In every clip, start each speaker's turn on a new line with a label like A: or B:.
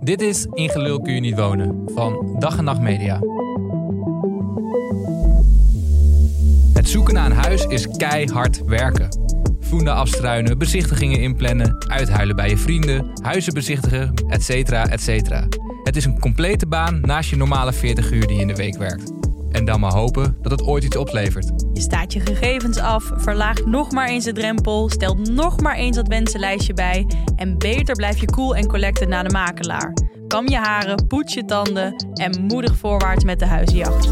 A: Dit is In Gelul kun je niet wonen van Dag en Nacht Media. Het zoeken naar een huis is keihard werken. Voenden afstruinen, bezichtigingen inplannen, uithuilen bij je vrienden, huizen bezichtigen, etc. etc. Het is een complete baan naast je normale 40 uur die je in de week werkt. En dan maar hopen dat het ooit iets oplevert.
B: Je staat je gegevens af, verlaagt nog maar eens de drempel, stelt nog maar eens dat wensenlijstje bij en beter blijf je cool en collected na de makelaar. Kam je haren, poets je tanden en moedig voorwaarts met de huizenjacht.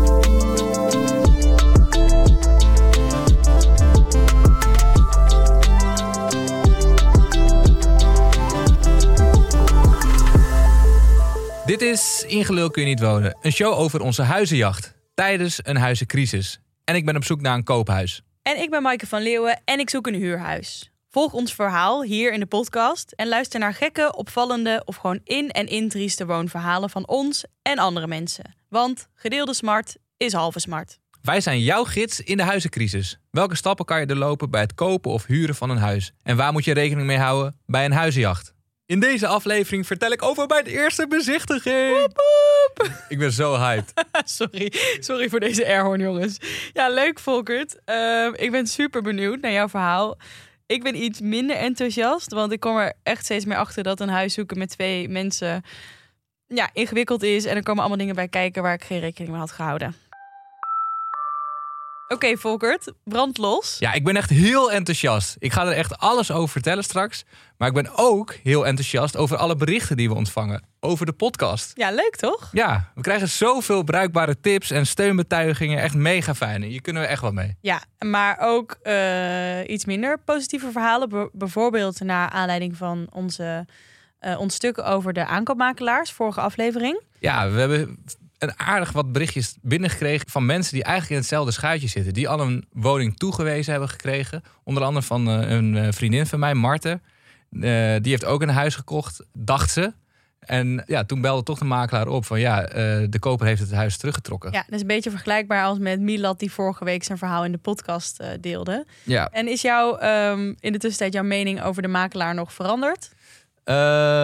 A: Dit is In Gelul kun je niet wonen, een show over onze huizenjacht tijdens een huizencrisis. En ik ben op zoek naar een koophuis.
B: En ik ben Maaike van Leeuwen en ik zoek een huurhuis. Volg ons verhaal hier in de podcast en luister naar gekke, opvallende of gewoon in- en intrieste woonverhalen van ons en andere mensen. Want gedeelde smart is halve smart.
A: Wij zijn jouw gids in de huizencrisis. Welke stappen kan je doorlopen bij het kopen of huren van een huis? En waar moet je rekening mee houden bij een huizenjacht? In deze aflevering vertel ik over mijn eerste bezichtiging. Ik ben zo hyped.
B: Sorry, sorry voor deze airhorn, jongens. Ja, leuk Volkert. Ehm, ik ben super benieuwd naar jouw verhaal. Ik ben iets minder enthousiast, want ik kom er echt steeds meer achter dat een huis zoeken met twee mensen ja, ingewikkeld is. En er komen allemaal dingen bij kijken waar ik geen rekening mee had gehouden. Oké, Volkert, brand los.
A: Ja, ik ben echt heel enthousiast. Ik ga er echt alles over vertellen straks. Maar ik ben ook heel enthousiast over alle berichten die we ontvangen. Over de podcast.
B: Ja, leuk toch?
A: Ja, we krijgen zoveel bruikbare tips en steunbetuigingen. Echt mega fijn. Hier kunnen we echt wat mee.
B: Ja, maar ook eh, iets minder positieve verhalen. B- bijvoorbeeld naar aanleiding van onze, eh ons stuk over de aankoopmakelaars, vorige aflevering.
A: Ja, we hebben een aardig wat berichtjes binnengekregen van mensen die eigenlijk in hetzelfde schuitje zitten. Die al een woning toegewezen hebben gekregen. Onder andere van eh, een eh, vriendin van mij, Marten. Eh, die heeft ook een huis gekocht, dacht ze. En ja, toen belde toch de makelaar op van ja, eh, de koper heeft het huis teruggetrokken.
B: Ja, dat is een beetje vergelijkbaar als met Milad die vorige week zijn verhaal in de podcast eh, deelde.
A: Ja.
B: En is jouw, ehm, in de tussentijd jouw mening over de makelaar nog veranderd?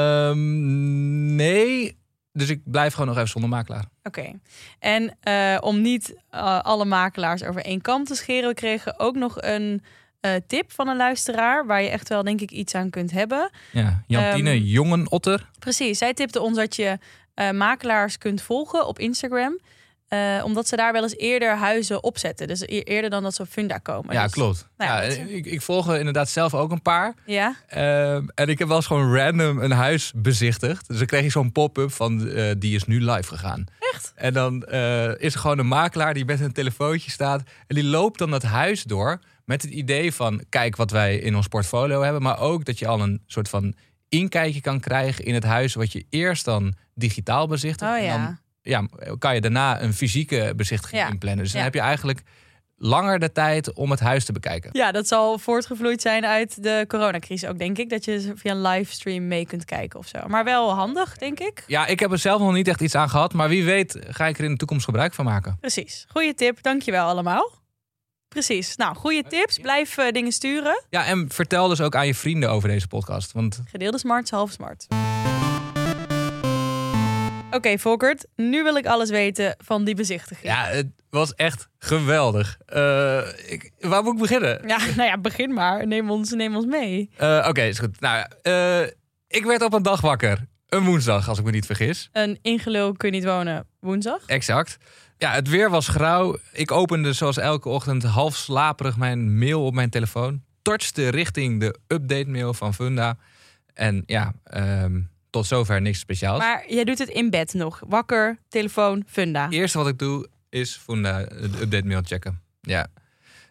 A: Ehm, nee, dus ik blijf gewoon nog even zonder makelaar.
B: Oké. En eh, om niet eh, alle makelaars over één kam te scheren, we kregen ook nog een eh, tip van een luisteraar waar je echt wel denk ik iets aan kunt hebben.
A: Ja, Jantine,
B: Ehm,
A: jongen otter.
B: Precies, zij tipte ons dat je eh, makelaars kunt volgen op Instagram. eh, omdat ze daar wel eens eerder huizen opzetten. Dus e- eerder dan dat ze op Funda komen.
A: Ja,
B: Dus-
A: klopt.
B: nou ja,
A: ja,
B: dat is-
A: ik, ik volg er inderdaad zelf ook een paar.
B: Ja,
A: Ehm, en ik heb wel eens gewoon random een huis bezichtigd. Dus dan kreeg ik zo'n pop-up van eh, die is nu live gegaan.
B: echt?
A: En dan eh, is er gewoon een makelaar die met een telefoontje staat. En die loopt dan dat huis door met het idee van kijk wat wij in ons portfolio hebben. Maar ook dat je al een soort van inkijkje kan krijgen in het huis wat je eerst dan digitaal bezichtigt.
B: Oh
A: En
B: ja.
A: dan ja, kan je daarna een fysieke bezichtiging
B: Ja.
A: inplannen. Dus dan
B: Ja.
A: heb je eigenlijk langer de tijd om het huis te bekijken.
B: Ja, dat zal voortgevloeid zijn uit de coronacrisis ook, denk ik. Dat je via een livestream mee kunt kijken of zo. Maar wel handig, denk ik.
A: Ja, ik heb er zelf nog niet echt iets aan gehad. Maar wie weet ga ik er in de toekomst gebruik van maken.
B: Precies. Goeie tip. Dankjewel allemaal. Precies. Nou, goede tips. Blijf eh, dingen sturen.
A: Ja, en vertel dus ook aan je vrienden over deze podcast. Want
B: Gedeelde smart is half smart. Oké, Volkert. Nu wil ik alles weten van die bezichtiging.
A: ja, het was echt geweldig. Eh, ik, waar moet ik beginnen?
B: Ja, nou ja, begin maar. Neem ons, neem ons mee.
A: Eh, Oké, is goed. Nou, ja, eh, ik werd op een dag wakker. Een woensdag, als ik me niet vergis.
B: Een ingelul kun je niet wonen woensdag.
A: Exact. Ja, het weer was grauw. Ik opende zoals elke ochtend half slaperig mijn mail op mijn telefoon. Torste richting de update mail van Funda. En ja, ehm, tot zover niks speciaals.
B: Maar jij doet het in bed nog. Wakker, telefoon, funda.
A: Het eerste wat ik doe is Funda de update mail checken. Ja.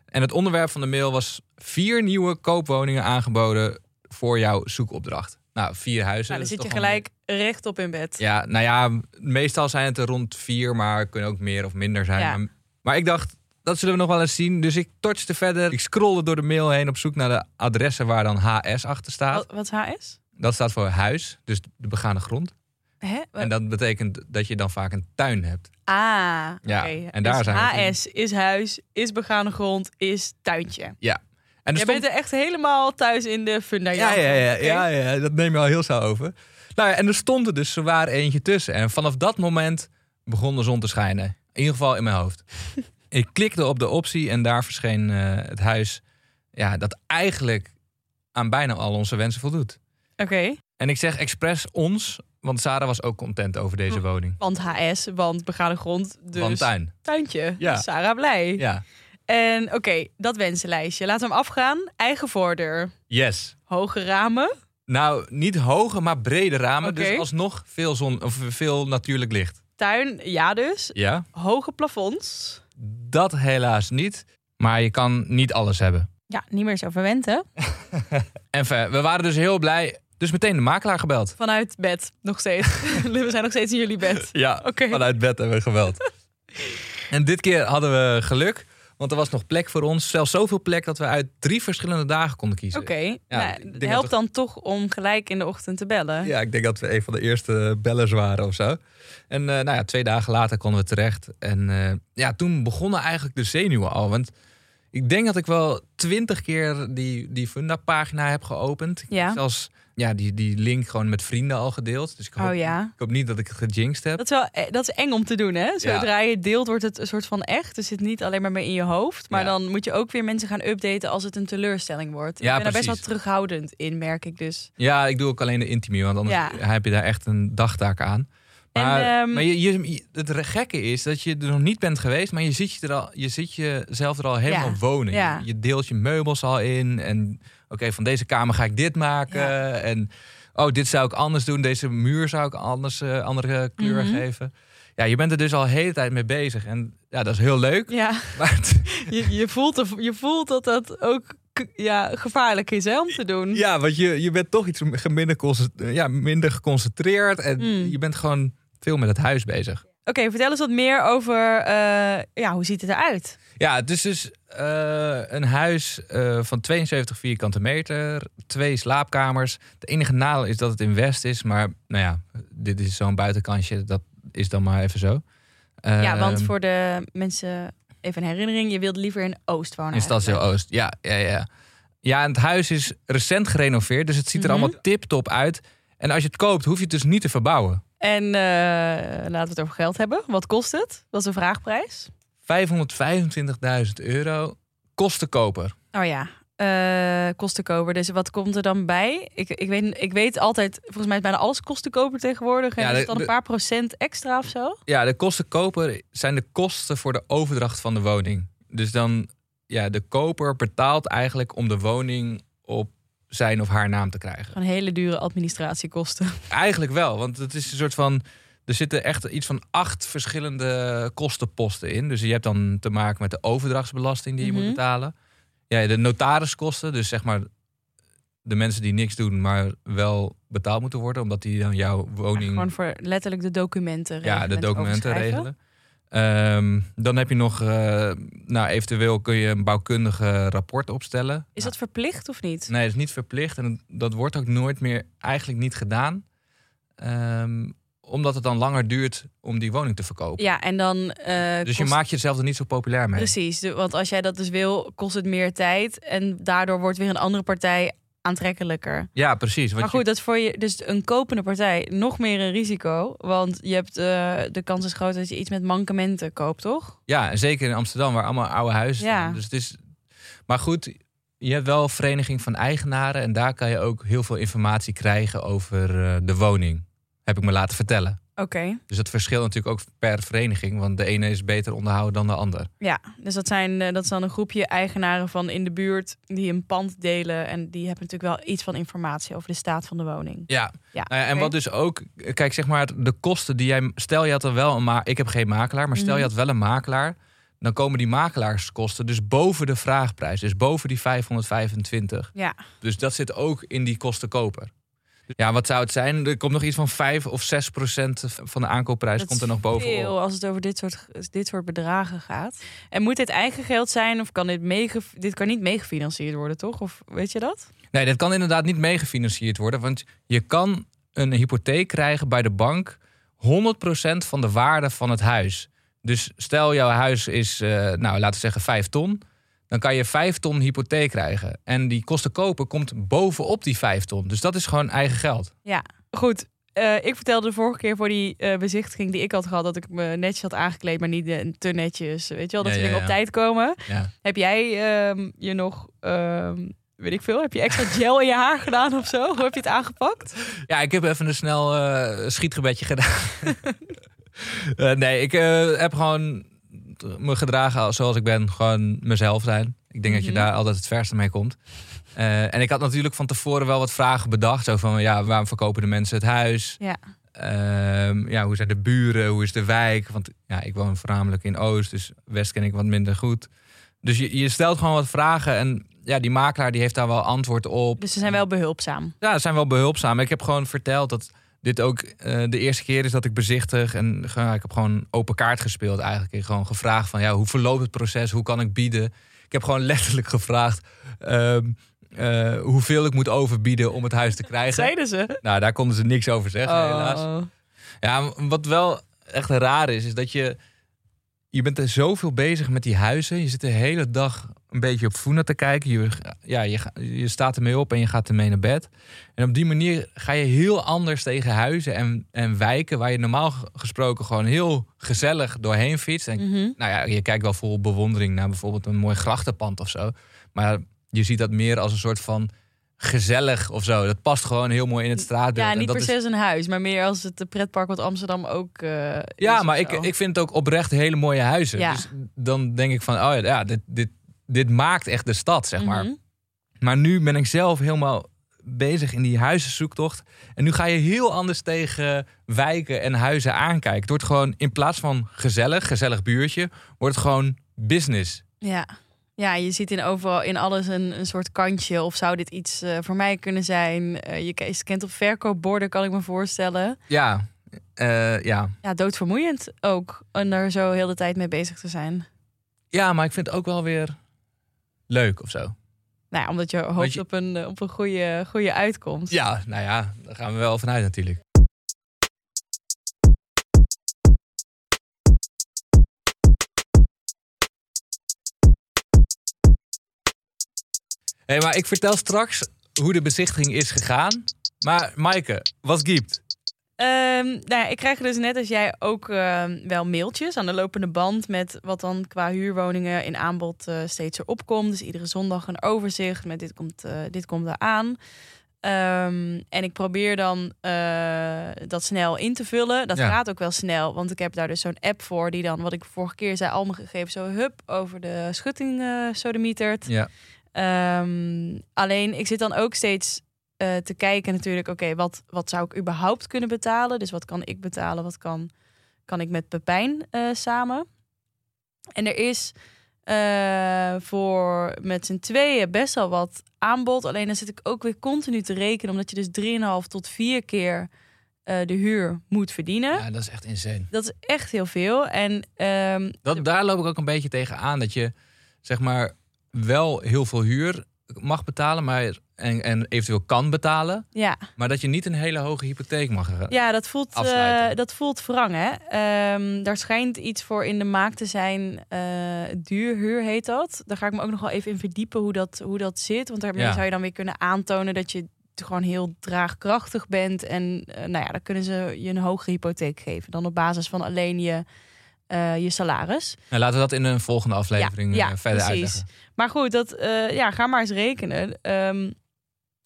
A: En het onderwerp van de mail was vier nieuwe koopwoningen aangeboden voor jouw zoekopdracht. Nou, vier huizen.
B: Nou, dan
A: dat is
B: zit je
A: toch wel-
B: gelijk rechtop in bed.
A: Ja, nou ja, meestal zijn het er rond vier, maar kunnen ook meer of minder zijn.
B: Ja.
A: Maar, maar ik dacht, dat zullen we nog wel eens zien. Dus ik torchte verder. Ik scrollde door de mail heen op zoek naar de adressen waar dan HS achter staat.
B: Wat, wat HS?
A: Dat staat voor huis, dus de begane grond.
B: Hè?
A: En dat betekent dat je dan vaak een tuin hebt.
B: Ah,
A: Ja,
B: oké.
A: en daar
B: Dus
A: zijn we
B: HS is huis, is begane grond, is tuintje.
A: En er
B: jij
A: stond-
B: bent er echt helemaal thuis in de funda.
A: Ja, ja, ja, ja, ja, dat neem je al heel snel over. Nou ja, en er stond er dus zowaar eentje tussen. En vanaf dat moment begon de zon te schijnen. In ieder geval in mijn hoofd. ik klikte op de optie en daar verscheen eh, het huis... Ja, dat eigenlijk aan bijna al onze wensen voldoet.
B: Oké,
A: En ik zeg expres ons, want Sarah was ook content over deze
B: Hm.
A: woning.
B: want HS, want begane grond, dus
A: Van tuin.
B: tuintje.
A: Ja.
B: Sarah blij.
A: Ja.
B: En oké, dat wensenlijstje. Laten we hem afgaan. Eigen voordeur,
A: Yes.
B: hoge ramen.
A: Nou, niet hoge, maar brede ramen.
B: Oké.
A: Dus alsnog veel, zon, of veel natuurlijk licht.
B: Tuin, ja dus.
A: Ja.
B: Hoge plafonds.
A: Dat helaas niet. Maar je kan niet alles hebben.
B: Ja, niet meer zo verwend, hè?
A: En ver- we waren dus heel blij. Dus meteen de makelaar gebeld.
B: Vanuit bed, nog steeds. we zijn nog steeds in jullie bed.
A: Ja,
B: Oké.
A: vanuit bed hebben we gebeld. en dit keer hadden we geluk. Want er was nog plek voor ons. Zelfs zoveel plek dat we uit drie verschillende dagen konden kiezen.
B: Oké,
A: Ja,
B: nou,
A: ik denk
B: het
A: dat
B: helpt
A: toch-
B: dan toch om gelijk in de ochtend te bellen.
A: Ja, ik denk dat we een van de eerste bellers waren of zo. En eh, nou ja, twee dagen later konden we terecht. En eh, ja, toen begonnen eigenlijk de zenuwen al. Want ik denk dat ik wel twintig keer die, die Funda-pagina heb geopend. Ik
B: Ja.
A: heb zelfs ja, die, die link gewoon met vrienden al gedeeld. Dus ik hoop,
B: Oh ja.
A: ik hoop niet dat ik het gejinxed heb.
B: Dat is, wel, eh, dat is eng om te doen, hè? Zodra je het deelt, wordt het een soort van echt. Dus het zit niet alleen maar meer in je hoofd. Maar
A: Ja.
B: dan moet je ook weer mensen gaan updaten als het een teleurstelling wordt.
A: Ja,
B: ik ben daar best wel
A: precies.
B: terughoudend in, merk ik dus.
A: Ja, ik doe ook alleen de intimie, want anders
B: Ja.
A: heb je daar echt een dagtaak aan.
B: En,
A: Maar,
B: ehm,
A: maar je, je- je- het gekke is dat je er nog niet bent geweest, maar je ziet, je er al, je ziet jezelf er al helemaal
B: Ja,
A: wonen.
B: ja.
A: Je, je deelt je meubels al in. En oké, van deze kamer ga ik dit maken. En oh, dit zou ik anders doen. Deze muur zou ik anders eh, andere kleur
B: Mhm.
A: geven. Ja, je bent er dus al de hele tijd mee bezig. En ja, dat is heel leuk.
B: Ja,
A: Maar het-
B: je, je, voelt, de- je voelt dat dat ook k- ja, gevaarlijk is hè, om te doen.
A: Ja, want je, je bent toch iets minder, concent- ja, minder geconcentreerd. En
B: Mm.
A: je bent gewoon veel met het huis bezig.
B: Oké, vertel eens wat meer over... eh, ja, hoe ziet het eruit?
A: Ja, het is dus eh, een huis eh, van 72 vierkante meter. Twee slaapkamers. Het enige nadeel is dat het in West is. Maar nou ja, dit is zo'n buitenkantje. Dat is dan maar even zo.
B: ja, want
A: Ehm,
B: voor de mensen... Even een herinnering, je wilde liever in Oost wonen.
A: In Stadsdeel
B: eigenlijk.
A: Oost, ja, ja, ja. Ja, en het huis is recent gerenoveerd. Dus het ziet er
B: Mhm.
A: allemaal tip-top uit. En als je het koopt, hoef je het dus niet te verbouwen.
B: En eh, laten we het over geld hebben. Wat kost het? Dat is een vraagprijs.
A: 525.000 euro kostenkoper.
B: Oh ja, eh, kostenkoper. Dus wat komt er dan bij? Ik, ik, weet, ik weet altijd, volgens mij is bijna alles kostenkoper tegenwoordig. En
A: Ja,
B: is
A: de-
B: het dan een
A: de-
B: paar procent extra of zo?
A: Ja, de kostenkoper zijn de kosten voor de overdracht van de woning. Dus dan, ja, de koper betaalt eigenlijk om de woning op zijn of haar naam te krijgen.
B: Gewoon hele dure administratiekosten.
A: Mm. Eigenlijk wel, want het is een soort van. Er zitten echt iets van acht verschillende kostenposten in. Dus je hebt dan te maken met de overdrachtsbelasting die je
B: Mhm.
A: moet betalen. Ja, de notariskosten, dus zeg maar de mensen die niks doen, maar wel betaald moeten worden, omdat die dan jouw woning
B: Gewoon voor letterlijk de documenten regelen.
A: ja, de
B: en het
A: documenten
B: overschrijven.
A: regelen. Ehm, dan heb je nog, eh, nou eventueel kun je een bouwkundige rapport opstellen. Nou,
B: Is dat verplicht of niet?
A: Nee, dat is niet verplicht en dat wordt ook nooit meer eigenlijk niet gedaan. Ehm, omdat het dan langer duurt om die woning te verkopen.
B: Ja, en dan... eh,
A: Mm. dus je
B: kost-
A: maakt jezelf er niet zo populair mee.
B: Precies, de- want als jij dat dus wil, kost het meer tijd. En daardoor wordt weer een andere partij aantrekkelijker.
A: Ja, precies. Want
B: Maar goed, dat is voor je, dus een kopende partij nog meer een risico. Want je hebt, eh, de kans is groot dat je iets met mankementen koopt, toch?
A: je- ja, en zeker in Amsterdam, waar allemaal oude huizen
B: Ja.
A: staan. Dus het is, maar goed, je hebt wel een vereniging van eigenaren. En daar kan je ook heel veel informatie krijgen over eh, de woning. Heb ik me laten vertellen.
B: Oké.
A: Dus dat verschilt natuurlijk ook per vereniging, want de ene is beter onderhouden dan de ander.
B: Ja, dus dat, zijn, eh, dat is dan een groepje eigenaren van in de buurt die een pand delen. En die hebben natuurlijk wel iets van informatie over de staat van de woning.
A: Ja.
B: Ja,
A: Nou ja, en
B: oké.
A: wat dus ook, kijk zeg maar, de kosten die jij, stel je had er wel een ma ik heb geen makelaar, maar
B: Mhm.
A: stel je had wel een makelaar, dan komen die makelaarskosten dus boven de vraagprijs, dus boven die 525.
B: Ja,
A: Dus dat zit ook in die kosten koper. Ja, wat zou het zijn? Er komt nog iets van 5 of 6 procent van de aankoopprijs
B: dat
A: komt er
B: is
A: nog bovenop.
B: veel als het over dit soort, dit soort bedragen gaat. En moet dit eigen geld zijn of kan dit, mege, dit kan niet meegefinancierd worden, toch? Of weet je dat?
A: Nee, dat kan inderdaad niet meegefinancierd worden. Want je kan een hypotheek krijgen bij de bank 100% van de waarde van het huis. Dus stel jouw huis is, eh, nou laten we zeggen 5 ton. Dan kan je 5 ton hypotheek krijgen. En die kosten kopen komt bovenop die 5 ton. Dus dat is gewoon eigen geld.
B: Goed, eh, ik vertelde de vorige keer voor die eh, bezichtiging die ik had gehad... dat ik me netjes had aangekleed, maar niet eh, te netjes. Weet je wel, dat
A: Ja,
B: soort
A: ja,
B: dingen
A: ja.
B: op tijd komen.
A: Ja.
B: Heb jij ehm, je nog... ehm, weet ik veel, heb je extra gel in je haar gedaan of zo? Hoe heb je het aangepakt?
A: Ja, ik heb even een snel eh, schietgebedje gedaan. Eh, nee, ik eh, heb gewoon me gedragen als- zoals ik ben. Gewoon mezelf zijn. Ik denk dat je
B: Mhm.
A: daar altijd het verste mee komt. Eh, en ik had natuurlijk van tevoren wel wat vragen bedacht. Zo van, ja, waarom verkopen de mensen het huis?
B: Ja.
A: Ehm, ja, hoe zijn de buren? Hoe is de wijk? Want ja, ik woon voornamelijk in Oost, dus West ken ik wat minder goed. Dus je, je stelt gewoon wat vragen en ja, die makelaar die heeft daar wel antwoord op.
B: Dus ze zijn wel behulpzaam.
A: Ja, ze zijn wel behulpzaam. Ik heb gewoon verteld dat dit ook eh, de eerste keer is dat ik bezichtig. En ge- ja, ik heb gewoon open kaart gespeeld eigenlijk. En gewoon gevraagd van, ja, hoe verloopt het proces? Hoe kan ik bieden? Ik heb gewoon letterlijk gevraagd ehm, eh, hoeveel ik moet overbieden om het huis te krijgen.
B: Zeiden ze?
A: Nou, daar konden ze niks over zeggen, helaas.
B: Oh.
A: Ja, m- wat wel echt raar is, is dat je... Je bent er zoveel bezig met die huizen. Je zit de hele dag een beetje op Funa te kijken. Je, ja, je, ga- je staat ermee op en je gaat ermee naar bed. En op die manier ga je heel anders tegen huizen en, en wijken... waar je normaal g- gesproken gewoon heel gezellig doorheen fietst. En
B: Mhm.
A: nou ja, je kijkt wel vol bewondering naar bijvoorbeeld een mooi grachtenpand of zo. Maar je ziet dat meer als een soort van gezellig of zo. Dat past gewoon heel mooi in het straatbeeld.
B: Ja,
A: En
B: niet
A: dat
B: per
A: is-
B: se een huis, maar meer als het eh, pretpark wat Amsterdam ook eh, is
A: Ja,
B: of
A: maar ik,
B: zo.
A: ik vind het ook oprecht hele mooie huizen.
B: Ja.
A: Dus dan denk ik van, oh ja, ja dit, dit, dit maakt echt de stad, zeg maar.
B: Mhm.
A: Maar nu ben ik zelf helemaal bezig in die huizenzoektocht. En nu ga je heel anders tegen wijken en huizen aankijken. Het wordt gewoon, in plaats van gezellig, gezellig buurtje, wordt het gewoon business.
B: Ja. ja, je ziet in overal in alles een, een soort kantje. Of zou dit iets eh, voor mij kunnen zijn? Eh, je ke- kent op verkoopborden, kan ik me voorstellen.
A: Ja, eh, ja.
B: Ja, doodvermoeiend ook. En daar zo heel de tijd mee bezig te zijn.
A: ja, maar ik vind het ook wel weer leuk of zo.
B: Nou ja, omdat je hoopt
A: je-
B: op een, eh, op een goede, goede uitkomst.
A: Ja, nou ja, daar gaan we wel vanuit natuurlijk. Hé, maar ik vertel straks hoe de bezichtiging is gegaan. Maar Maaike, was giept?
B: Ehm, nou ja, ik krijg dus net als jij ook ehm, wel mailtjes aan de lopende band met wat dan qua huurwoningen in aanbod eh, steeds erop komt. Dus iedere zondag een overzicht met dit komt, eh dit komt eraan. Ehm, en ik probeer dan eh, dat snel in te vullen. Dat
A: Ja.
B: gaat ook wel snel, want ik heb daar dus zo'n app voor die dan, wat ik vorige keer zei, al mijn gegevens zo hup over de schutting eh sodemietert.
A: Ja.
B: Ehm, alleen, ik zit dan ook steeds eh, te kijken natuurlijk, oké, wat, wat zou ik überhaupt kunnen betalen? Dus wat kan ik betalen? Wat kan, kan ik met Pepijn eh, samen? En er is eh, voor met z'n tweeën best wel wat aanbod. Alleen dan zit ik ook weer continu te rekenen, omdat je dus 3,5 tot 4 keer eh, de huur moet verdienen.
A: Ja, dat is echt insane.
B: Dat is echt heel veel. En ehm,
A: Dat, daar loop ik ook een beetje tegen aan. Dat je zeg maar wel heel veel huur mag betalen maar, en, en eventueel kan betalen.
B: ja.
A: Maar dat je niet een hele hoge hypotheek mag eh,
B: Ja, dat voelt,
A: Afsluiten.
B: eh, dat voelt wrang, hè? Ehm, daar schijnt iets voor in de maak te zijn. eh, duurhuur heet dat. Daar ga ik me ook nog wel even in verdiepen hoe dat, hoe dat zit. Want daarmee
A: Ja.
B: zou je dan weer kunnen aantonen dat je t- gewoon heel draagkrachtig bent. En eh, nou ja, dan kunnen ze je een hogere hypotheek geven. Dan op basis van alleen je, eh, je salaris.
A: Nou, laten we dat in een volgende aflevering
B: Ja, ja,
A: eh, verder
B: precies.
A: uitleggen.
B: Maar goed, dat, eh, ja, ga maar eens rekenen. Ehm,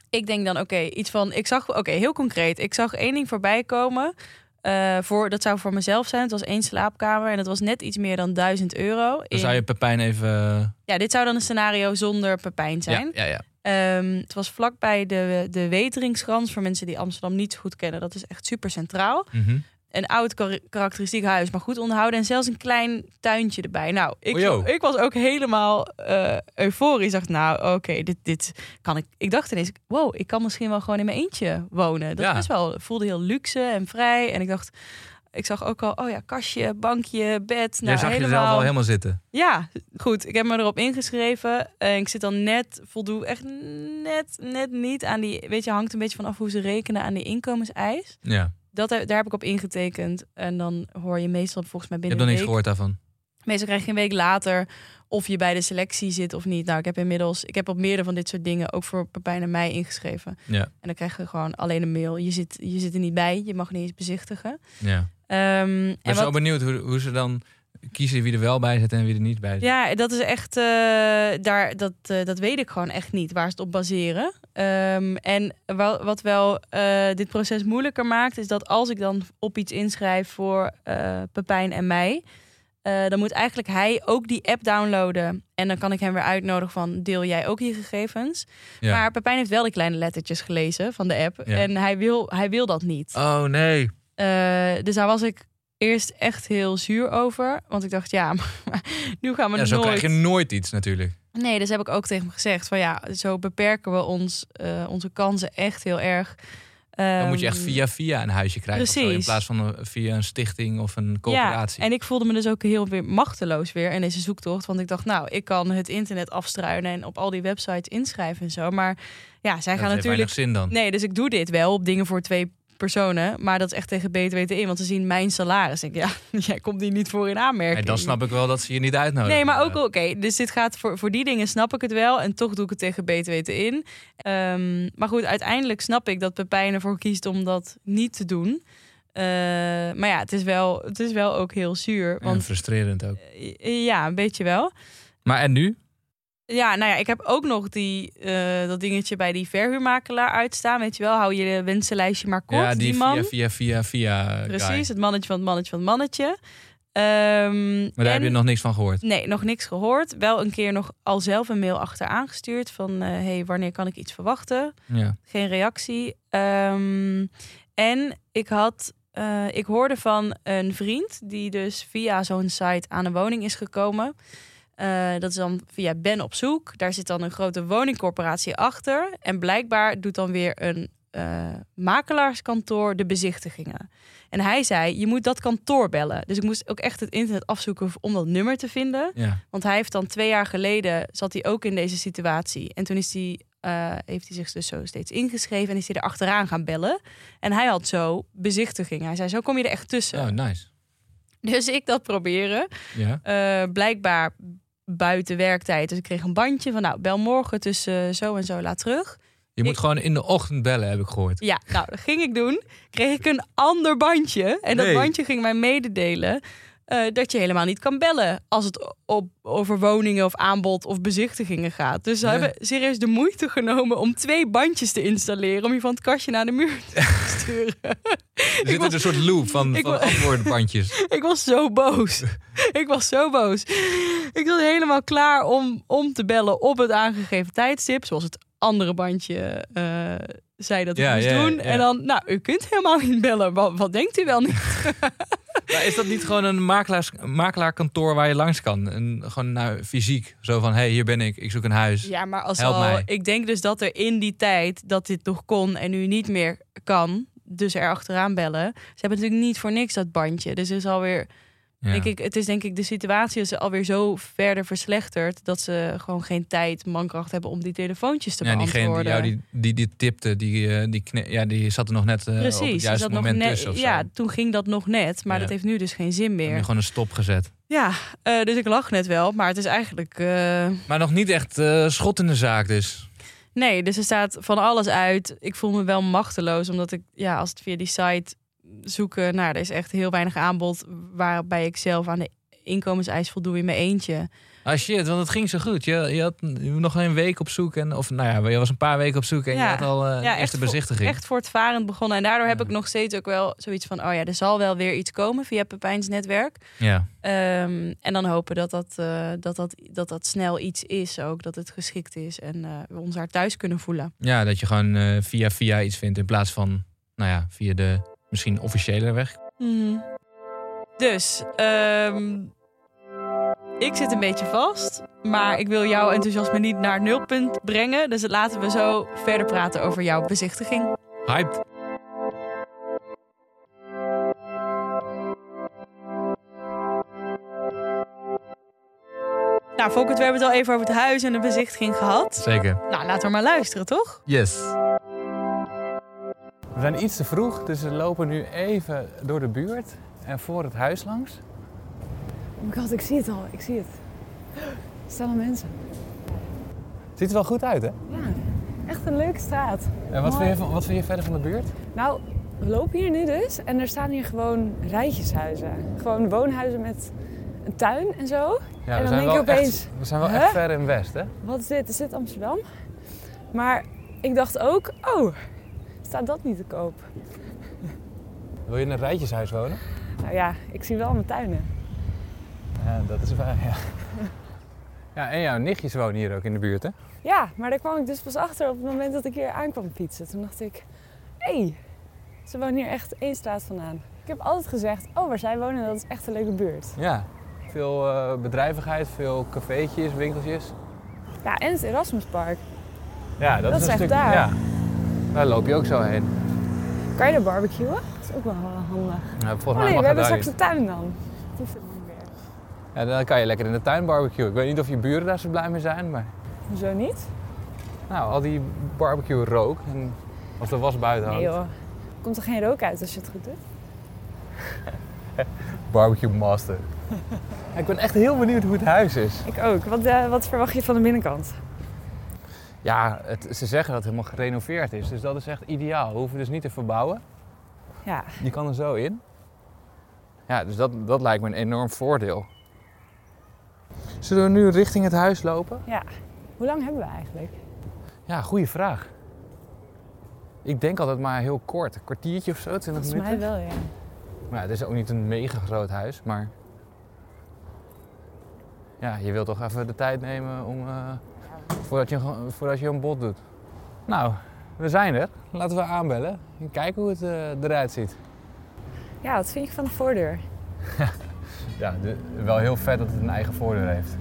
B: ik denk dan, oké, iets van... Ik zag, oké, heel concreet. Ik zag één ding voorbij komen. eh, voor, dat zou voor mezelf zijn. Het was één slaapkamer en dat was net iets meer dan 1000 euro.
A: Dan
B: in-
A: zou je Pepijn even...
B: Ja, dit zou dan een scenario zonder Pepijn zijn.
A: Ja, ja, ja.
B: Ehm, het was vlakbij de, de Weteringsgrans. Voor mensen die Amsterdam niet zo goed kennen. Dat is echt super centraal
A: Mhm.
B: een oud kar- karakteristiek huis, maar goed onderhouden. En zelfs een klein tuintje erbij. Nou, ik,
A: Ojo.
B: ik was ook helemaal eh, euforisch. dacht, nou, oké, dit, dit kan ik. Ik dacht ineens, wow, ik kan misschien wel gewoon in mijn eentje wonen. Dat
A: Ja.
B: is best wel, voelde heel luxe en vrij. En ik dacht, ik zag ook al, oh ja, kastje, bankje, bed.
A: Jij
B: Nou,
A: zag
B: helemaal,
A: jezelf al helemaal zitten.
B: Ja, goed. Ik heb me erop ingeschreven. En ik zit dan net, voldoe echt net, net niet aan die... Weet je, hangt een beetje vanaf hoe ze rekenen aan die inkomenseis
A: Ja.
B: dat, he- daar heb ik op ingetekend. En dan hoor je meestal volgens mij
A: Je hebt
B: binnen
A: nog
B: een
A: niks
B: week.
A: gehoord daarvan.
B: Meestal krijg je een week later of je bij de selectie zit of niet. Nou, ik heb inmiddels, ik heb op meerdere van dit soort dingen ook voor Pepijn en mij ingeschreven.
A: Ja.
B: En dan krijg je gewoon alleen een mail. Je zit, je zit er niet bij, je mag niet eens bezichtigen.
A: Ja. Ik
B: Ehm,
A: ben
B: en
A: zo benieuwd hoe, hoe ze dan kiezen wie er wel bij zit en wie er niet bij zit.
B: Ja, dat is echt. eh, daar, dat, eh, dat weet ik gewoon echt niet waar ze het op baseren. Ehm, en wel, wat wel eh, dit proces moeilijker maakt, is dat als ik dan op iets inschrijf voor eh Pepijn en mij. eh, dan moet eigenlijk hij ook die app downloaden. En dan kan ik hem weer uitnodigen van deel jij ook je gegevens.
A: Ja.
B: Maar Pepijn heeft wel de kleine lettertjes gelezen van de app.
A: Ja.
B: En hij wil, hij wil dat niet.
A: Oh nee.
B: Eh, dus daar was ik eerst echt heel zuur over. Want ik dacht, ja, maar nu gaan we
A: Ja,
B: het
A: zo
B: nooit...
A: krijg je nooit iets natuurlijk.
B: Nee, dus heb ik ook tegen hem gezegd. Van ja, zo beperken we ons, eh, onze kansen echt heel erg. Ehm,
A: Dan moet je echt via via een huisje krijgen. of zo, in
B: precies.
A: plaats van een- via een stichting of een coöperatie.
B: Ja, en ik voelde me dus ook heel weer machteloos weer in deze zoektocht. Want ik dacht, nou, ik kan het internet afstruinen en op al die websites inschrijven en zo. Maar ja, zij
A: dat
B: gaan
A: heeft
B: natuurlijk...
A: weinig zin dan.
B: Nee, dus ik doe dit wel op dingen voor twee personen. Maar dat is echt tegen beter weten in. Want ze zien mijn salaris. Ik denk, ja, jij komt hier niet voor in aanmerking.
A: En dan snap ik wel Oh, dat ze je niet uitnodigen.
B: Nee, maar ook oké. dus dit gaat voor, voor die dingen snap ik het wel. En toch doe ik het tegen beter weten in. Ehm, maar goed, uiteindelijk snap ik dat Pepijn ervoor kiest om dat niet te doen. Eh, maar ja, het is, wel, het is wel ook heel zuur.
A: En
B: Want
A: frustrerend ook.
B: eh, ja, een beetje wel.
A: Maar en nu?
B: Ja, nou ja, ik heb ook nog die, eh, dat dingetje bij die verhuurmakelaar uitstaan. Weet je wel, hou je wensenlijstje maar kort.
A: ja, die,
B: man.
A: via via via via. eh, guy.
B: Precies, het mannetje van het mannetje van het mannetje. Ehm,
A: Maar daar
B: en-
A: heb je nog niks van gehoord.
B: Nee, nog niks gehoord. Wel een keer nog al zelf een mail achteraan gestuurd van... eh, hey, wanneer kan ik iets verwachten?
A: Ja.
B: Geen reactie. Ehm, en ik had... eh, ik hoorde van een vriend die dus via zo'n site aan een woning is gekomen. Eh, dat is dan via Ben op zoek. Daar zit dan een grote woningcorporatie achter. En blijkbaar doet dan weer een eh, makelaarskantoor de bezichtigingen. En hij zei, je moet dat kantoor bellen. Dus ik moest ook echt het internet afzoeken om dat nummer te vinden.
A: ja.
B: Want hij heeft dan twee jaar geleden zat hij ook in deze situatie. En toen is hij, eh, heeft hij zich dus zo steeds ingeschreven en is hij er achteraan gaan bellen. En hij had zo bezichtiging. Hij zei, zo kom je er echt tussen.
A: Oh, nice.
B: Dus ik dat proberen.
A: Ja.
B: Eh, blijkbaar buiten werktijd. Dus ik kreeg een bandje van, nou, bel morgen tussen zo en zo laat terug.
A: Je moet
B: Ik-
A: gewoon in de ochtend bellen, heb ik gehoord.
B: Ja, nou, dat ging ik doen. Kreeg ik een ander bandje. En
A: Nee.
B: dat bandje ging mij mededelen eh, dat je helemaal niet kan bellen als het op, over woningen of aanbod of bezichtigingen gaat. Dus ze
A: Ja.
B: hebben serieus de moeite genomen om twee bandjes te installeren om je van het kastje naar de muur te sturen.
A: Er zit
B: was-
A: een soort loop van,
B: ik
A: van
B: was-
A: antwoordbandjes.
B: ik was zo boos. ik was zo boos. Ik was helemaal klaar om, om te bellen op het aangegeven tijdstip, zoals het andere bandje eh, zei dat ik
A: Ja,
B: moest
A: ja,
B: doen.
A: ja.
B: En dan, nou, u kunt helemaal niet bellen. Wat, wat denkt u wel niet?
A: Maar is dat niet gewoon een makelaars, makelaarkantoor waar je langs kan? En gewoon nou, fysiek. Zo van, hé, hey, hier ben ik. Ik zoek een huis.
B: Ja, maar als
A: Help
B: al,
A: mij.
B: ik denk dus dat er in die tijd dat dit nog kon en nu niet meer kan, dus er achteraan bellen. Ze hebben natuurlijk niet voor niks dat bandje. Dus het is alweer,
A: Ja.
B: denk ik, het is denk ik de situatie is alweer zo verder verslechterd dat ze gewoon geen tijd, mankracht hebben om die telefoontjes te
A: ja,
B: beantwoorden.
A: diegene die jou die, die, die tipte, die, eh, die, kne- ja, die zat er nog net eh, op het
B: Precies, is
A: juiste
B: dat nog
A: moment
B: net,
A: tussen. Of
B: ja,
A: zo.
B: toen ging dat nog net, maar
A: Ja.
B: dat heeft nu dus geen zin
A: Dan heb je
B: meer.
A: gewoon een stop gezet.
B: Ja, eh, dus ik lach net wel, maar het is eigenlijk eh,
A: Maar nog niet echt eh, schot in de zaak dus.
B: Nee, dus er staat van alles uit. Ik voel me wel machteloos, omdat ik, ja, als het via die site zoeken, nou, er is echt heel weinig aanbod waarbij ik zelf aan de inkomenseis voldoe in mijn eentje.
A: Ah shit, want het ging zo goed. Je, je had nog een week op zoek. En, of nou ja, je was een paar weken op zoek en je
B: Ja.
A: had al eh,
B: Ja,
A: de eerste
B: echt voor-
A: bezichtiging.
B: Echt voortvarend begonnen. En daardoor heb
A: Ja.
B: ik nog steeds ook wel zoiets van, oh ja, er zal wel weer iets komen via Pepijns netwerk.
A: Ja.
B: Ehm, en dan hopen dat dat, eh, dat, dat, dat dat snel iets is ook, dat het geschikt is en eh, we ons daar thuis kunnen voelen.
A: ja, dat je gewoon eh, via via iets vindt in plaats van, nou ja, via de misschien officiële weg.
B: Dus, ehm, ik zit een beetje vast. Maar ik wil jouw enthousiasme niet naar nulpunt brengen. Dus laten we zo verder praten over jouw bezichtiging.
A: Hyped.
B: Nou, Volkert, we hebben het al even over het huis en de bezichtiging gehad.
A: Zeker.
B: Nou, laten we maar luisteren, toch?
A: Yes.
C: We zijn iets te vroeg, dus we lopen nu even door de buurt en voor het huis langs. Oh my god, ik zie het al. Ik zie het. Er staan al mensen.
A: Ziet er wel goed uit, hè?
C: Ja, echt een leuke straat.
A: En wat vind, je, van- wat vind je verder van de buurt?
C: Nou, we lopen hier nu dus en er staan hier gewoon rijtjeshuizen. Gewoon woonhuizen met een tuin en zo.
A: Ja,
C: En dan denk je opeens,
A: echt, we zijn wel
C: hè?
A: echt ver in West, hè?
C: Wat is dit? Is dit Amsterdam? Maar ik dacht ook, oh, staat dat niet te koop?
A: Wil je in een rijtjeshuis wonen?
C: Nou ja, ik zie wel mijn tuinen.
A: Ja, dat is waar, ja. Ja, en jouw nichtjes wonen hier ook in de buurt, hè?
C: Ja, maar daar kwam ik dus pas achter op het moment dat ik hier aankwam fietsen. Toen dacht ik, hé, hey, ze wonen hier echt één straat vandaan. Ik heb altijd gezegd, oh, waar zij wonen, dat is echt een leuke buurt.
A: Ja. Veel eh, bedrijvigheid, veel cafeetjes, winkeltjes.
C: Ja, en het Erasmuspark.
A: Ja, dat,
C: Dat
A: is een
C: is echt
A: stuk...
C: daar.
A: Ja. Daar loop je ook zo heen.
C: Kan je daar barbecuen? Dat is ook wel handig.
A: Ja, volgens
C: Oh
A: mij
C: nee,
A: mag het
C: we hebben
A: daar
C: straks
A: niet.
C: de tuin dan. Dat hoeft helemaal niet meer.
A: Ja, dan kan je lekker in de tuin barbecuen. Ik weet niet of je buren daar zo blij mee zijn, maar...
C: Hoezo niet?
A: Nou, al die barbecue rook en als de was buiten
C: Nee
A: hangt.
C: joh. Komt er geen rook uit als je het goed doet?
A: Barbecue master. ik ben echt heel benieuwd hoe het huis is.
C: Ik ook. Wat, eh, wat verwacht je van de binnenkant?
A: Ja, het- ze zeggen dat het helemaal gerenoveerd is, dus dat is echt ideaal. We hoeven dus niet te verbouwen.
C: Ja,
A: Je kan er zo in. Ja, dus dat, dat lijkt me een enorm voordeel. Zullen we nu richting het huis lopen?
C: ja. Hoe lang hebben we eigenlijk?
A: Ja, goede vraag. Ik denk altijd maar heel kort, een kwartiertje of zo, 20
C: Volgens
A: minuten.
C: mij wel, ja.
A: Maar ja, het is ook niet een mega groot huis, maar. Ja, je wilt toch even de tijd nemen om. eh, voordat, je, ge- voordat je een bod doet. Nou, we zijn er. Laten we aanbellen en kijken hoe het eh, eruit ziet.
C: Ja, wat vind je van de voordeur?
A: Ja, wel heel vet dat het een eigen voordeur heeft.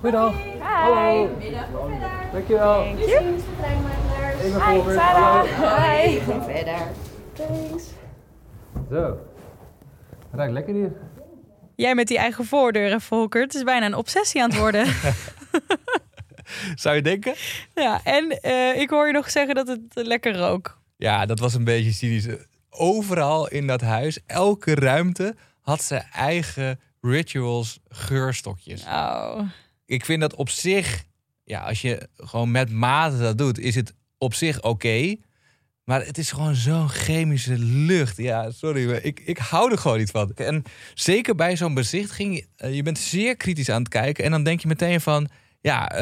A: Goedendag.
C: Hi.
A: Dankjewel.
D: Thanks, vertragmakelaars.
A: Ik ben
C: Hi,
A: Volker.
C: Sarah. Hi.
D: Ik ben verder.
C: Thanks.
A: Zo. Ruikt lekker hier.
B: Jij met die eigen voordeuren, Volker. Het is bijna een obsessie aan het worden.
A: Zou je denken?
B: ja, en eh, ik hoor je nog zeggen dat het eh, lekker rook.
A: Ja, dat was een beetje cynisch. Overal in dat huis, elke ruimte had zijn eigen rituals geurstokjes.
B: Oh.
A: Ik vind dat op zich, ja, als je gewoon met mate dat doet, is het op zich oké. Maar het is gewoon zo'n chemische lucht. Ja, sorry, maar ik, ik hou er gewoon niet van. En zeker bij zo'n bezichtiging, eh, je bent zeer kritisch aan het kijken. En dan denk je meteen van, ja, eh,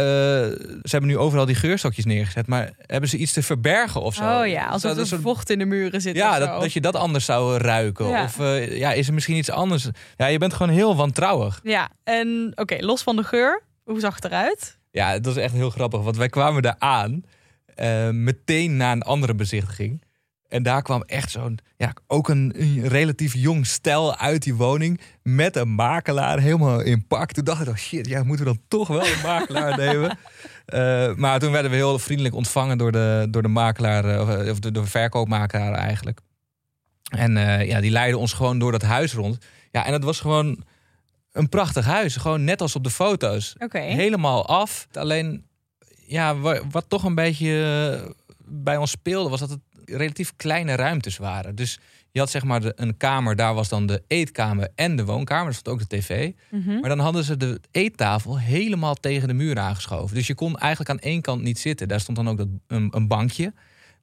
A: ze hebben nu overal die geurstokjes neergezet. Maar hebben ze iets te verbergen of zo?
B: Oh ja, alsof
A: Zou-
B: er
A: soort-
B: vocht in de muren zit.
A: ja,
B: of zo.
A: dat, dat je dat anders zou ruiken.
B: Ja.
A: Of eh, ja, is er misschien iets anders? Ja, je bent gewoon heel wantrouwig.
B: Ja, en oké, los van de geur. Hoe zag het eruit?
A: Ja, dat was echt heel grappig. Want wij kwamen daar aan, eh, meteen na een andere bezichtiging. En daar kwam echt zo'n, ja, ook een, een relatief jong stel uit die woning. Met een makelaar, helemaal in pak. Toen dacht ik, oh shit, ja, moeten we dan toch wel een makelaar nemen? Eh, maar toen werden we heel vriendelijk ontvangen door de, door de makelaar, eh, of, eh, of de, de verkoopmakelaar eigenlijk. En eh, ja, die leidde ons gewoon door dat huis rond. Ja, en het was gewoon een prachtig huis. Gewoon net als op de foto's
B: Oké.
A: helemaal af. Alleen, ja, wa- wat toch een beetje eh, bij ons speelde, was dat het relatief kleine ruimtes waren. Dus je had zeg maar de- een kamer, daar was dan de eetkamer en de woonkamer. Daar stond ook de tv.
B: Mhm.
A: Maar dan hadden ze de eettafel helemaal tegen de muur aangeschoven. Dus je kon eigenlijk aan één kant niet zitten. Daar stond dan ook dat, een, een bankje.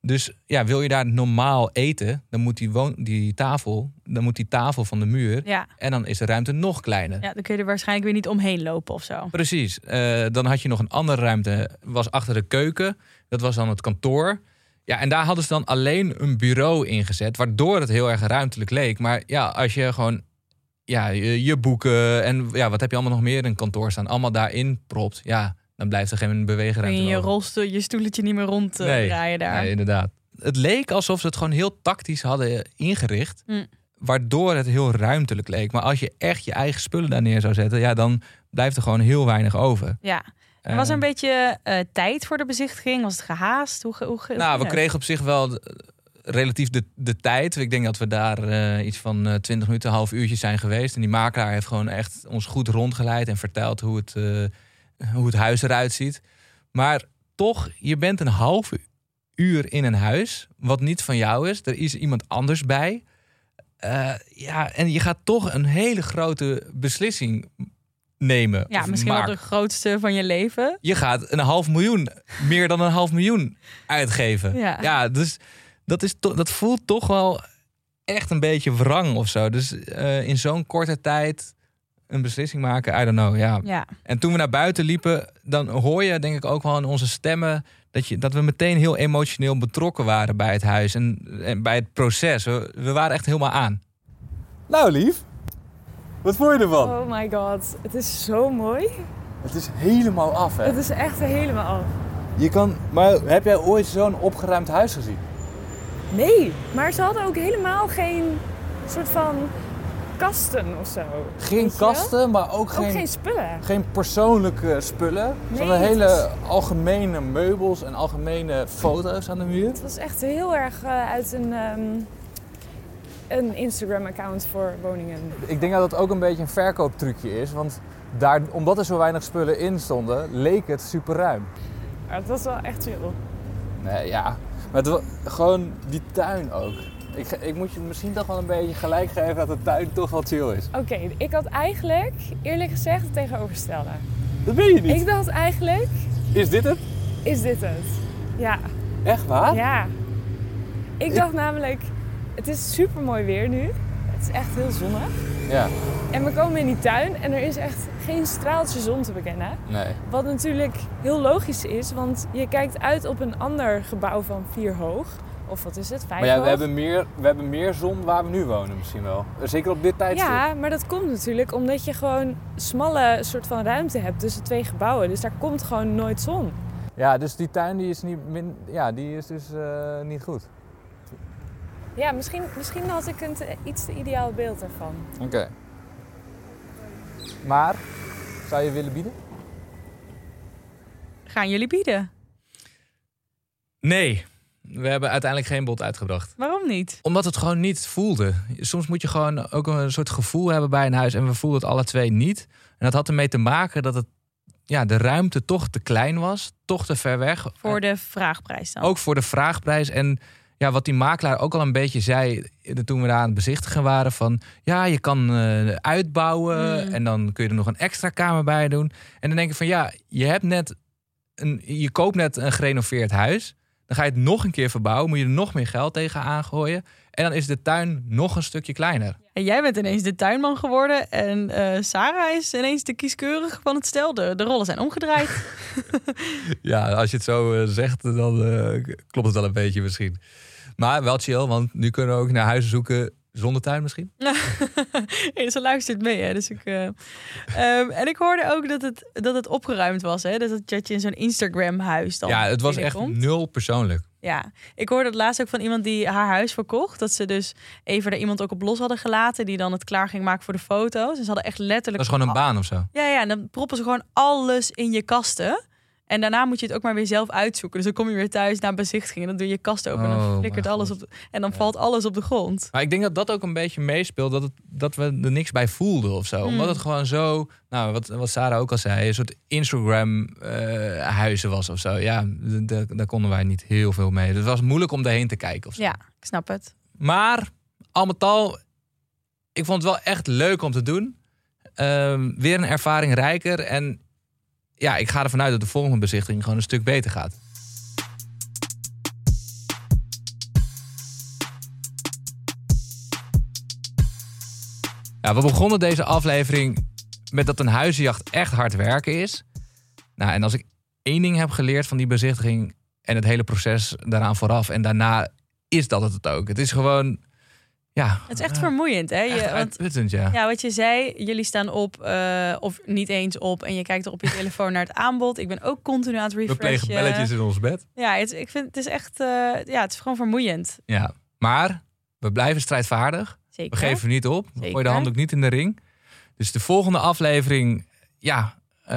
A: Dus ja, wil je daar normaal eten, dan moet die, woon, die tafel, dan moet die tafel van de muur.
B: Ja.
A: En dan is de ruimte nog kleiner.
B: ja, dan kun je er waarschijnlijk weer niet omheen lopen of zo.
A: Precies. Eh, dan had je nog een andere ruimte, was achter de keuken. Dat was dan het kantoor. Ja, en daar hadden ze dan alleen een bureau ingezet, waardoor het heel erg ruimtelijk leek. Maar ja, als je gewoon ja, je, je boeken en ja, wat heb je allemaal nog meer in een kantoor staan, allemaal daarin propt, ja, dan blijft er geen
B: Kun
A: beweegruimte.
B: je je
A: over.
B: rolstoel, je stoeltje niet meer ronddraaien draaien daar.
A: Nee, inderdaad. Het leek alsof ze het gewoon heel tactisch hadden eh, ingericht.
B: Mm.
A: Waardoor het heel ruimtelijk leek. Maar als je echt je eigen spullen daar neer zou zetten, ja, dan blijft er gewoon heel weinig over.
B: Ja. Er was er
A: Eh,
B: een beetje eh, tijd voor de bezichtiging? Was het gehaast? Hoe, ge- hoe, ge-
A: Nou, we
B: hoe ging
A: kregen op zich wel eh, relatief de, de tijd. Ik denk dat we daar eh, iets van eh 20 minuten, een half uurtje zijn geweest. En die makelaar heeft gewoon echt ons goed rondgeleid en verteld hoe het, eh, hoe het huis eruit ziet. Maar toch, je bent een half uur in een huis wat niet van jou is. Er is iemand anders bij. Eh, Eh, ja, en je gaat toch een hele grote beslissing nemen.
B: Ja,
A: of
B: misschien wel
A: maken.
B: de grootste van je leven.
A: Je gaat een half miljoen, meer dan een half miljoen uitgeven.
B: Ja.
A: dus dat, is to- dat voelt toch wel echt een beetje wrang of zo. Dus eh, in zo'n korte tijd een beslissing maken, I don't know. Ja.
B: Ja,
A: En toen we naar buiten liepen, dan hoor je denk ik ook wel in onze stemmen dat, je, dat we meteen heel emotioneel betrokken waren bij het huis en, en bij het proces. We, we waren echt helemaal aan.
E: Nou lief, wat vond je ervan?
C: Oh my god, het is zo mooi.
E: Het is helemaal af hè.
C: Het is echt helemaal af.
E: Je kan, maar heb jij ooit zo'n opgeruimd huis gezien?
C: Nee, maar ze hadden ook helemaal geen soort van kasten of zo.
E: Geen
C: Weet je wel?
E: kasten, maar ook geen,
C: Ook geen spullen.
E: geen persoonlijke spullen.
C: Nee,
E: Zo'n
C: het
E: hele algemene meubels en algemene foto's aan de muur.
C: Het was echt heel erg eh, uit een, ehm, een Instagram-account voor woningen.
E: Ik denk dat dat ook een beetje een verkooptrucje is, want daar, omdat er zo weinig spullen in stonden, leek het super ruim.
C: Maar het was wel echt chill.
E: Nee, ja. Maar het wa- gewoon die tuin ook. Ik, ge- ik moet je misschien toch wel een beetje gelijk geven dat de tuin toch wel chill is.
C: Oké, ik had eigenlijk eerlijk gezegd het tegenovergestelde.
E: Dat ben je niet.
C: Ik dacht eigenlijk,
E: Is dit het?
C: is dit het? Ja,
E: Echt waar?
C: ja. Ik dacht namelijk, het is super mooi weer nu. Het is echt heel zonnig.
E: Ja.
C: En we komen in die tuin en er is echt geen straaltje zon te bekennen.
E: Nee.
C: Wat natuurlijk heel logisch is, want je kijkt uit op een ander gebouw van vier hoog. Of wat is het, vijf
E: Maar ja,
C: hoog?
E: we hebben, meer, we hebben meer zon waar we nu wonen misschien wel. Zeker op dit tijdstip.
C: Ja, maar dat komt natuurlijk omdat je gewoon smalle soort van ruimte hebt tussen twee gebouwen. Dus daar komt gewoon nooit zon.
E: Ja, dus die tuin die is, niet min, ja, die is dus eh, niet goed.
C: Ja, misschien, misschien had ik een te- iets te ideaal beeld ervan.
E: Oké. Maar, zou je willen bieden?
B: gaan jullie bieden?
A: Nee, we hebben uiteindelijk geen bod uitgebracht.
B: Waarom niet?
A: Omdat het gewoon niet voelde. Soms moet je gewoon ook een soort gevoel hebben bij een huis. En we voelden het alle twee niet. En dat had ermee te maken dat het, ja, de ruimte toch te klein was. Toch te ver weg.
B: Voor de vraagprijs dan.
A: Ook voor de vraagprijs. En ja, wat die makelaar ook al een beetje zei eh, toen we daar aan het bezichtigen waren. Van ja, je kan eh, uitbouwen
B: Mm.
A: en dan kun je er nog een extra kamer bij doen. En dan denk ik van ja, je hebt net een, je koopt net een gerenoveerd huis. Dan ga je het nog een keer verbouwen. Moet je er nog meer geld tegen aangooien. En dan is de tuin nog een stukje kleiner.
B: En jij bent ineens de tuinman geworden en eh, Sarah is ineens de kieskeurige van het stel. De, de rollen zijn omgedraaid.
A: Ja, als je het zo eh, zegt, dan eh, k- klopt het wel een beetje misschien. Maar wel chill, want nu kunnen we ook naar huizen zoeken zonder tuin misschien.
B: Hey, Ze luistert mee, hè? Dus ik, eh, ehm, en ik hoorde ook dat het, dat het opgeruimd was, hè? Dat, het, dat je in zo'n Instagram-huis dan
A: Ja, het was echt
B: binnenkomt.
A: nul persoonlijk.
B: Ja, ik hoorde het laatst ook van iemand die haar huis verkocht. Dat ze dus even er iemand ook op los hadden gelaten. Die dan het klaar ging maken voor de foto's. En ze hadden echt
A: Dat
B: letterlijk...
A: is gewoon een baan of zo.
B: Ja, ja, en dan proppen ze gewoon alles in je kasten. En daarna moet je het ook maar weer zelf uitzoeken. Dus dan kom je weer thuis na bezichtiging. En dan doe je je kast open. en
A: Oh,
B: dan
A: mijn
B: flikkert alles op.
A: God.
B: de- en dan valt alles op de grond.
A: Maar ik denk dat dat ook een beetje meespeelt. Dat, het, dat we er niks bij voelden of zo.
B: Hmm.
A: Omdat het gewoon zo, nou, wat, wat Sarah ook al zei, een soort Instagram-huizen was of zo. Ja, d- d- daar konden wij niet heel veel mee. Dus het was moeilijk om daarheen te kijken. Of zo.
B: Ja, ik snap het.
A: Maar al met al, ik vond het wel echt leuk om te doen. Ehm, weer een ervaring rijker. En ja, ik ga ervan uit dat de volgende bezichting gewoon een stuk beter gaat. Ja, we begonnen deze aflevering met dat een huizenjacht echt hard werken is. Nou, en als ik één ding heb geleerd van die bezichtiging en het hele proces daaraan vooraf en daarna, is dat het het ook. Het is gewoon, ja.
B: Het is echt
A: eh,
B: vermoeiend, hè? Je,
A: echt
B: want,
A: uitputtend, ja.
B: ja, wat je zei, jullie staan op eh, of niet eens op. En je kijkt er op je telefoon naar het aanbod. Ik ben ook continu aan het
A: we
B: refreshen.
A: plegen belletjes in ons bed.
B: Ja, het, ik vind, het is echt... eh, ja, het is gewoon vermoeiend.
A: Ja, maar we blijven strijdvaardig. We
B: Zeker.
A: geven niet op. We
B: Zeker.
A: gooien de handdoek niet in de ring. Dus de volgende aflevering, ja, eh,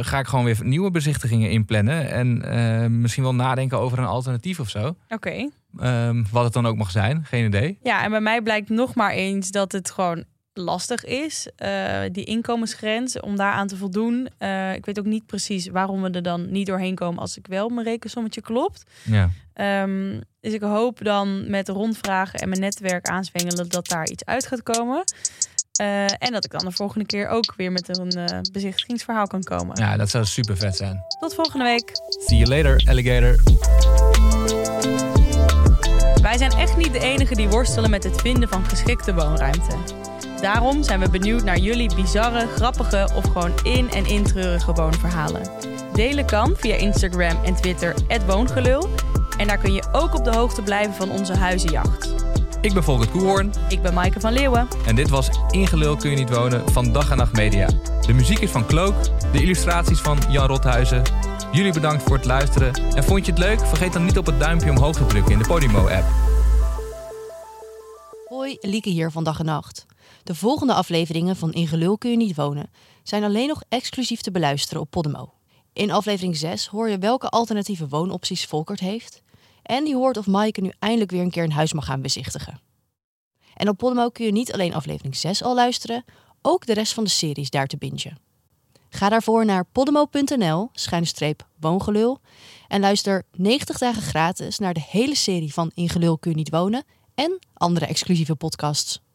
A: ga ik gewoon weer nieuwe bezichtigingen inplannen. En eh, misschien wel nadenken over een alternatief of zo.
B: Oké.
A: Ehm, wat het dan ook mag zijn, geen idee.
B: Ja, en bij mij blijkt nog maar eens dat het gewoon lastig is, eh, die inkomensgrens, om daaraan te voldoen. Eh, ik weet ook niet precies waarom we er dan niet doorheen komen als ik wel mijn rekensommetje klopt.
A: Ja.
B: Ehm, Dus ik hoop dan met rondvragen en mijn netwerk aanzwengelen dat daar iets uit gaat komen. Eh, en dat ik dan de volgende keer ook weer met een eh, bezichtigingsverhaal kan komen.
A: Ja, dat zou super vet zijn.
B: Tot volgende week.
A: See you later, alligator.
B: Wij zijn echt niet de enigen die worstelen met het vinden van geschikte woonruimte. Daarom zijn we benieuwd naar jullie bizarre, grappige of gewoon in- en intreurige woonverhalen. Delen kan via Instagram en Twitter woongelul. En daar kun je ook op de hoogte blijven van onze huizenjacht.
A: Ik ben Volkert Koehoorn
B: Ik ben Maaike van Leeuwen.
A: en dit was Ingelul kun je niet wonen van Dag en Nacht Media. De muziek is van Cloak, de illustraties van Jan Rothuizen. Jullie bedankt voor het luisteren. En vond je het leuk? Vergeet dan niet op het duimpje omhoog te drukken in de Podimo-app.
F: Hoi, Lieke hier van Dag en Nacht. De volgende afleveringen van In Gelul kun je niet wonen zijn alleen nog exclusief te beluisteren op Podimo. In aflevering 6 hoor je welke alternatieve woonopties Volkert heeft. En die hoort of Maaike nu eindelijk weer een keer een huis mag gaan bezichtigen. En op Podimo kun je niet alleen aflevering 6 al luisteren, ook de rest van de series daar te bingen. Ga daarvoor naar podimo.nl-woongelul en luister 90 dagen gratis naar de hele serie van In Gelul kun je niet wonen en andere exclusieve podcasts.